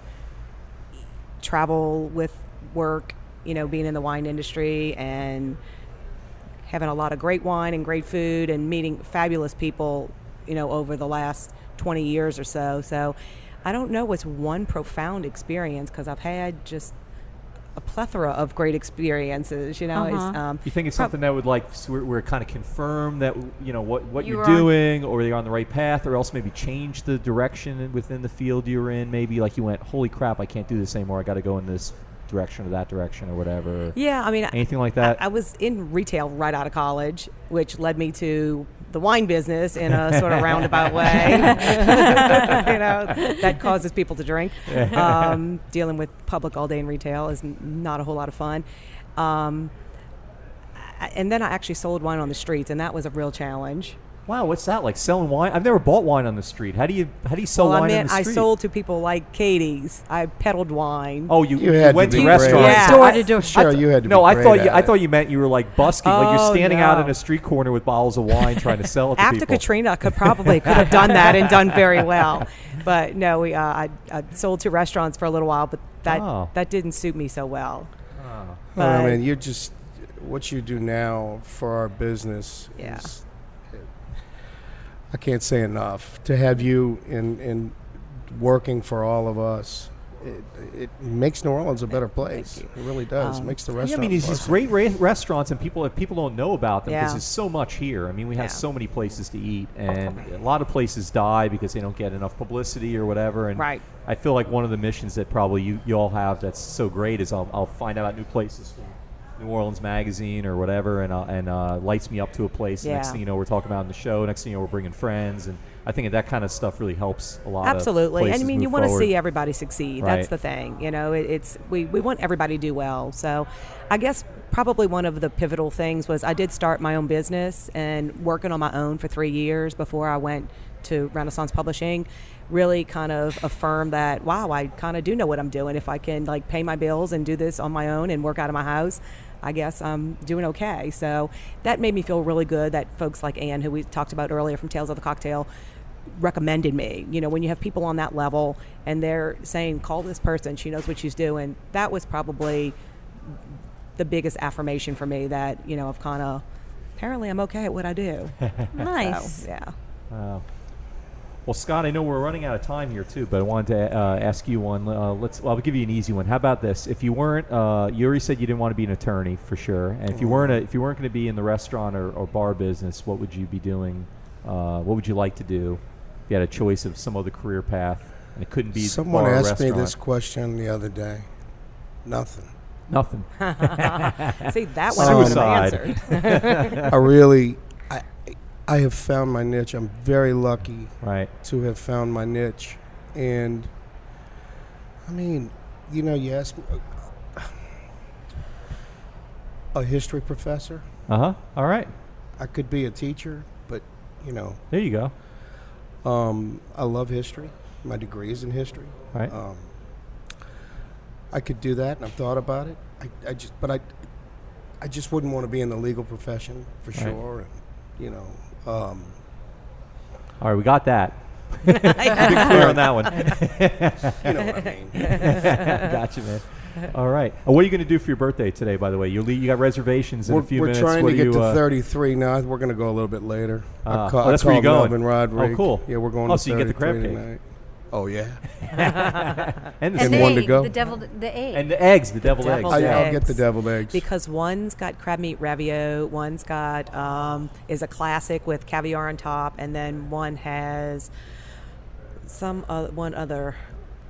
travel with work, you know, being in the wine industry and having a lot of great wine and great food and meeting fabulous people, you know, over the last 20 years or so. So I don't know what's one profound experience because I've had just a plethora of great experiences, you know. It's, Uh-huh. um, You think it's prob- something that would like s- we're, we're kind of confirm that w- you know what what You you are were on- doing, or you're on the right path, or else maybe change the direction in- within the field you're in. Maybe like you went, holy crap, I can't do this anymore. I got to go in this direction or that direction or whatever. Yeah, I mean, I- Anything like that? I, I was in retail right out of college, which led me to the wine business in a sort of roundabout way. you know, that causes people to drink. Um, dealing with public all day in retail is n- not a whole lot of fun. Um, I- and then I actually sold wine on the streets, and that was a real challenge. Wow, what's that like? Selling wine? I've never bought wine on the street. How do you how do you sell well, Oh, wine I on meant the I street? sold to people like Katie's. I peddled wine. Oh, you, you You had to went be to great. restaurants. Yeah. I- Door I- to door. I Sure, th- you had to No, be I great thought you, at I it. thought you meant you were like busking, like Oh, you're standing out no. in a street corner with bottles of wine trying to sell it to after people. Katrina, I could probably could have done that and done very well. But no, we, uh, I, I sold to restaurants for a little while, but that Oh. that didn't suit me so well. I But- mean, you're just what you do now for our business. Yeah. Is, I can't say enough to have you in in working for all of us. It, it makes New Orleans a better place. It really Um, does. makes the Yeah, I restaurant. mean, it's these part- great ra- restaurants, and people if people don't know about them because Yeah. there's so much here. I mean, we have Yeah. so many places to eat, and a lot of places die because they don't get enough publicity or whatever. And Right. I feel like one of the missions that probably you, you all have that's so great is I'll, I'll find out new places from New Orleans Magazine or whatever, and uh, and uh, lights me up to a place. The next Yeah. thing you know, we're talking about it in the show. Next thing you know, we're bringing friends, and I think that kind of stuff really helps a lot. of Absolutely, and I places mean, move you want to forward. see everybody succeed. That's Right. the thing, you know. It, it's we we want everybody to do well. So, I guess probably one of the pivotal things was I did start my own business and working on my own for three years before I went to Renaissance Publishing. Really, kind of affirmed that wow, I kind of do know what I'm doing. If I can like pay my bills and do this on my own and work out of my house, I guess I'm doing okay. So that made me feel really good that folks like Anne, who we talked about earlier from Tales of the Cocktail, recommended me. You know, when you have people on that level and they're saying, call this person, she knows what she's doing, that was probably the biggest affirmation for me that, you know, I've kind of, apparently I'm okay at what I do. nice? So, yeah. Wow. Well, Scott, I know we're running out of time here too, but I wanted to uh, ask you one. Uh, let's. Well, I'll give you an easy one. How about this? If you weren't, uh, you already said you didn't want to be an attorney for sure, and if you weren't, a, if you weren't going to be in the restaurant or, or bar business, what would you be doing? Uh, what would you like to do? If you had a choice of some other career path, and it couldn't be Someone bar or asked me this restaurant. question the other day. Nothing. Nothing. See, that one I wouldn't have Suicide. answered. I really, I, I have found my niche. I'm very lucky right. to have found my niche. And I mean, you know, you ask me, uh, a history professor, Uh huh. All right. I could be a teacher, but you know, There you go. um, I love history. My degree is in history. Right. Um, I could do that, and I've thought about it. I, I just, but I, I just wouldn't want to be in the legal profession for Right. sure. And, you know, um, All right, we got that. Be clear on that one. you know what I mean. gotcha, man. All right. Uh, what are you going to do for your birthday today? By the way, you le- you got reservations in We're, a few we're minutes. trying what to are get you, to uh, 33 now. We're going to go a little bit later. I Ah. ca- Oh, I that's where you're called Melvin going. Roderick. Oh, cool. Yeah, we're going Oh, to so you get the crab 33 cake. tonight. Oh, yeah. and the And steak. the one to egg, go. the devil, the egg. and the eggs, the deviled Deviled eggs. I, Yeah. I'll get the deviled eggs. because one's got crab meat raviot, one's got um, is a classic with caviar on top, and then one has some uh, one other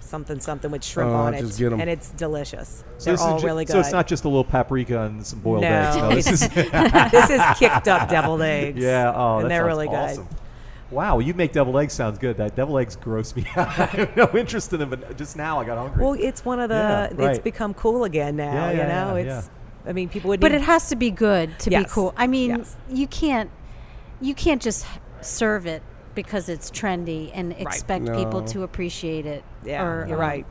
something something with shrimp Oh, on it, just get 'em. and it's delicious. So They're this is all ju- really good. So it's not just a little paprika and some boiled eggs. No, No, this it's- is this is kicked up deviled eggs. yeah. Oh, and that they're sounds really awesome. Wow, you make deviled eggs sound good. That deviled eggs gross me out. I have no interest in them, but just now I got hungry. good. Well, it's one of the. Yeah, It's right. become cool again now. Yeah, you yeah, know, yeah, it's. I mean, people would. but even- it has to be good to Yes. be cool. I mean, Yes. you can't you can't just h- serve it because it's trendy and expect people No. to appreciate it. Yeah, or, you're um, right.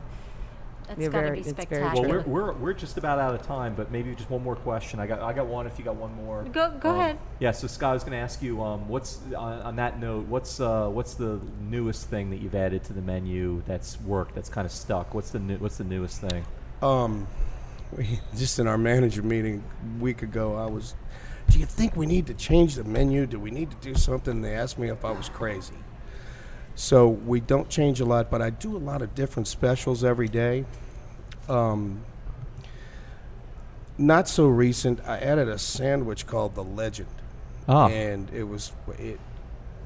That's You're got to be very- it's very spectacular. Well, true. we're, we're, we're just about out of time, but maybe just one more question. I got I got one. If you got one more, Go- go Um, ahead. Yeah. So Scott, I was going to ask you, um, what's on, on that note? What's uh, what's the newest thing that you've added to the menu that's worked? That's kind of stuck. What's the new, What's the newest thing? Um, we, just in our manager meeting a week ago, I was, do you think we need to change the menu? Do we need to do something? And they asked me if I was crazy. So we don't change a lot, but I do a lot of different specials every day. Um, not so recent, I added a sandwich called the Legend. Ah. And it was, it,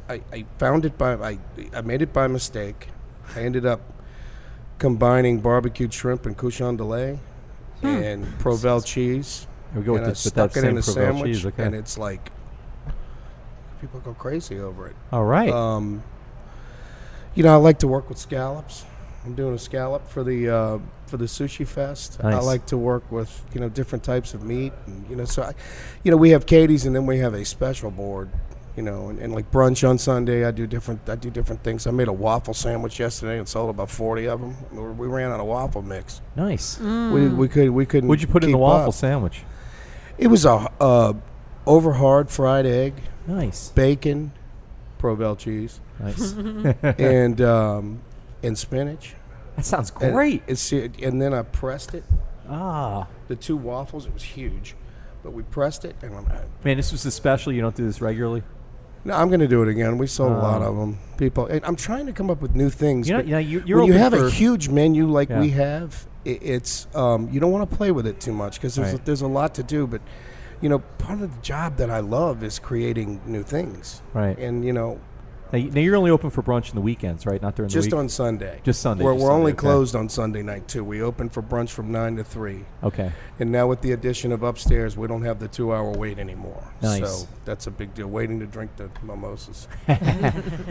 I, I found it by, I, I made it by mistake. I ended up combining barbecued shrimp and couchon de lait and Provel cheese. Here Hmm. we go with and I this- with that stuck it same in a Provel sandwich, cheese, okay. and it's like people go crazy over it. All right. Um, you know, I like to work with scallops. I'm doing a scallop for the uh, for the sushi fest. I Nice. like to work with you know different types of meat, and you know, so I, you know, we have Katie's, and then we have a special board. You know, and, and like brunch on Sunday, I do different. I do different things. I made a waffle sandwich yesterday and sold about forty of them. We were- We ran out of waffle mix. nice. Mm. We, we could we couldn't. What'd you put in the keep waffle up. sandwich? It was a uh, over hard fried egg, Nice. bacon, Provel cheese, Nice. and um, and spinach. that sounds And great. It's and then I pressed it. Ah. The two waffles. It was huge, but we pressed it, and I'm, I, Man, this was a special. You don't do this regularly. no, I'm going to do it again. We sold a lot Oh. of them. People, and I'm trying to come up with new things. You know- but you know, you- you're when you open have for- a huge menu like we Yeah. have, it, it's um, you don't want to play with it too much because there's Right. there's a lot to do, but. You know, part of the job that I love is creating new things. Right. And, you know, Now, you- now you're only open for brunch in the weekends, right? Not during just the on Sunday. Just Sunday, We're, just we're Sunday, only okay. closed on Sunday night, too. We open for brunch from 9 to 3. week. Okay. And now with the addition of upstairs, we don't have the two hour wait anymore. Nice. So that's a big deal. Waiting to drink the mimosas.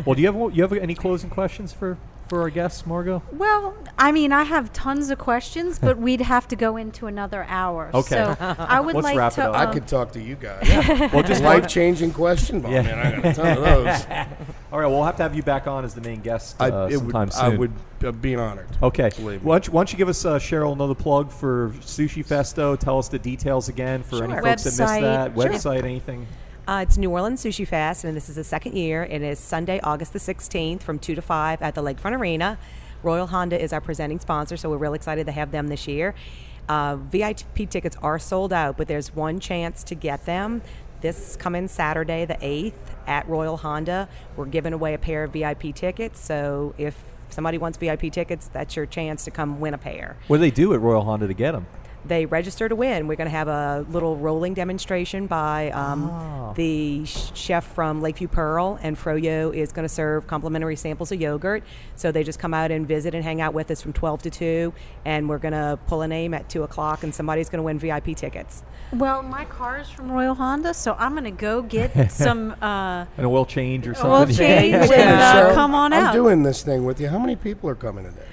Well, do you have you have any closing questions for for our guests, Margot? Well, I mean, I have tons of questions, but we'd have to go into another hour. Okay. So I would Let's like wrap to. it up. I um, could talk to you guys. Well, just Life changing question. Oh, Yeah. man, I got a ton of those. All right, we'll have to have you back on as the main guest I, uh, it would, sometime soon. I would uh, be honored. Okay. Why Believe me. don't, you, why don't you give us uh, Cheryl another plug for Sushi Festo? Tell us the details again for any Sure. folks that missed Website. that Sure. website, anything. Uh, it's New Orleans Sushi Fest, and this is the second year. It is Sunday, August the 16th from 2 to 5 at the Lakefront Arena. Royal Honda is our presenting sponsor, so we're real excited to have them this year. Uh, VIP tickets are sold out, but there's one chance to get them. This coming Saturday, the 8th, at Royal Honda, we're giving away a pair of VIP tickets. So if somebody wants VIP tickets, that's your chance to come win a pair What do they do at Royal Honda to get them? they register to win. We're going to have a little rolling demonstration by um, Ah. the sh- chef from Lakeview Pearl, and Froyo is going to serve complimentary samples of yogurt. So they just come out and visit and hang out with us from 12 to 2, and we're going to pull a name at 2 o'clock, and somebody's going to win VIP tickets. well, my car is from Royal Honda, so I'm going to go get some uh, An oil change or oil something? change Wait a minute, and uh, Cheryl. come on I'm out. doing this thing with you. How many people are coming to this?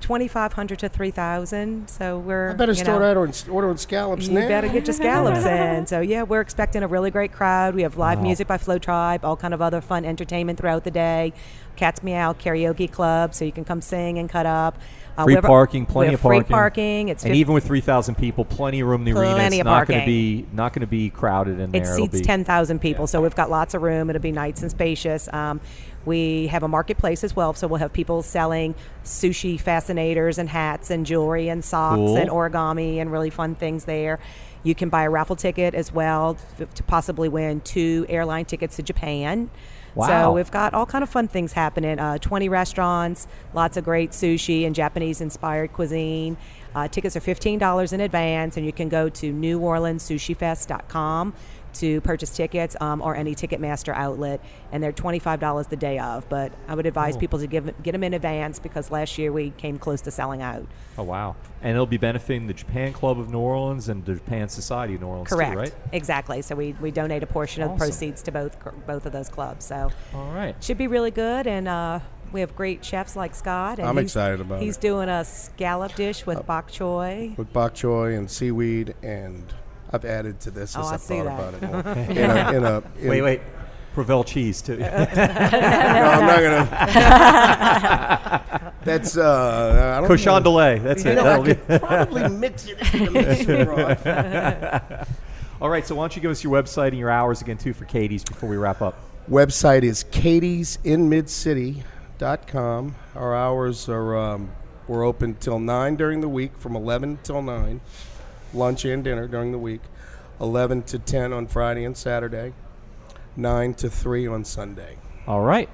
2,500 to 3,000. So we're. I better you start know, ordering, ordering scallops you now. better get your scallops in. So yeah, we're expecting a really great crowd. We have live Wow. music by Flow Tribe, all kind of other fun entertainment throughout the day. Cats Meow Karaoke Club, so you can come sing and cut up. Uh, Free we have a- parking, we plenty have of free parking. parking. It's and 50 even with three thousand people, plenty of room in the arena. Plenty It's of not going to parking. be not going to be crowded in there. It It'll seats be- 10,000 people, so we've got lots of room. It'll be nice and spacious. Um, we have a marketplace as well, so we'll have people selling sushi fascinators and hats and jewelry and socks Cool. and origami and really fun things there. You can buy a raffle ticket as well f- to possibly win two airline tickets to Japan. Wow. So we've got all kind of fun things happening. Uh, 20 restaurants, lots of great sushi and Japanese-inspired cuisine. Uh, tickets are $15 in advance, and you can go to neworleanssushifest.com to purchase tickets um, or any Ticketmaster outlet, and they're $25 the day of. But I would advise people to give, get them in advance because last year we came close to selling out. Oh wow! And it'll be benefiting the Japan Club of New Orleans and the Japan Society of New Orleans, too, Correct. right? Exactly. So we, we donate a portion of the Awesome. proceeds to both both of those clubs. So All right. Should be really good, and uh, we have great chefs like Scott. And I'm he's- excited about He's it. Uh, doing a scallop dish with bok choy. with bok choy and seaweed, and I've added to this as Oh, I I, see thought that. about it more. in a, in a, in- Wait, wait. Provel cheese too. No, I'm not gonna. That's uh, I don't know. Cochon de lait. That's You it. know, That'll I be. could probably mix it into the mixer broth. All right. So why don't you give us your website and your hours again too for Katie's before we wrap up? Website is katiesinmidcity.com. Our hours are um, we're open till nine during the week, from eleven till nine, lunch and dinner during the week, eleven to ten on Friday and Saturday, nine to three on Sunday. All right.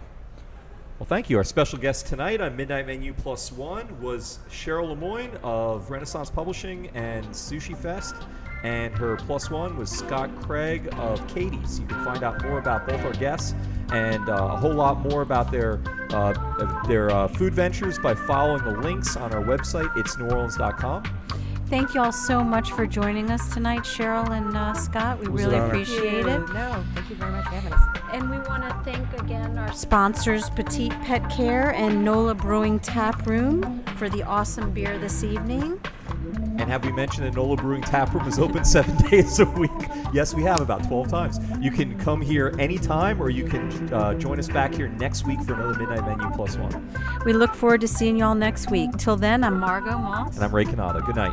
Well, thank you. Our special guest tonight on Midnight Menu Plus One was Cheryl Lemoyne of Renaissance Publishing and Sushi Fest. And her plus one was Scott Craig of Katie's. You can find out more about both our guests and uh, a whole lot more about their uh, their uh, food ventures by following the links on our website, it's neworleans.com. Thank you all so much for joining us tonight, Cheryl and uh, Scott. We was really an honor. appreciate it. No, thank you very much for having us. And we want to thank again our sponsors, Petite Pet Care and NOLA Brewing Tap Room, for the awesome beer this evening. And have we mentioned that Nola Brewing Tap Room is open seven days a week? Yes, we have about 12 times. You can come here anytime, or you can uh, join us back here next week for another Midnight Menu Plus One. And We look forward to seeing y'all next week. Till then, I'm Margot Moss. I'm Ray Canada. Good night.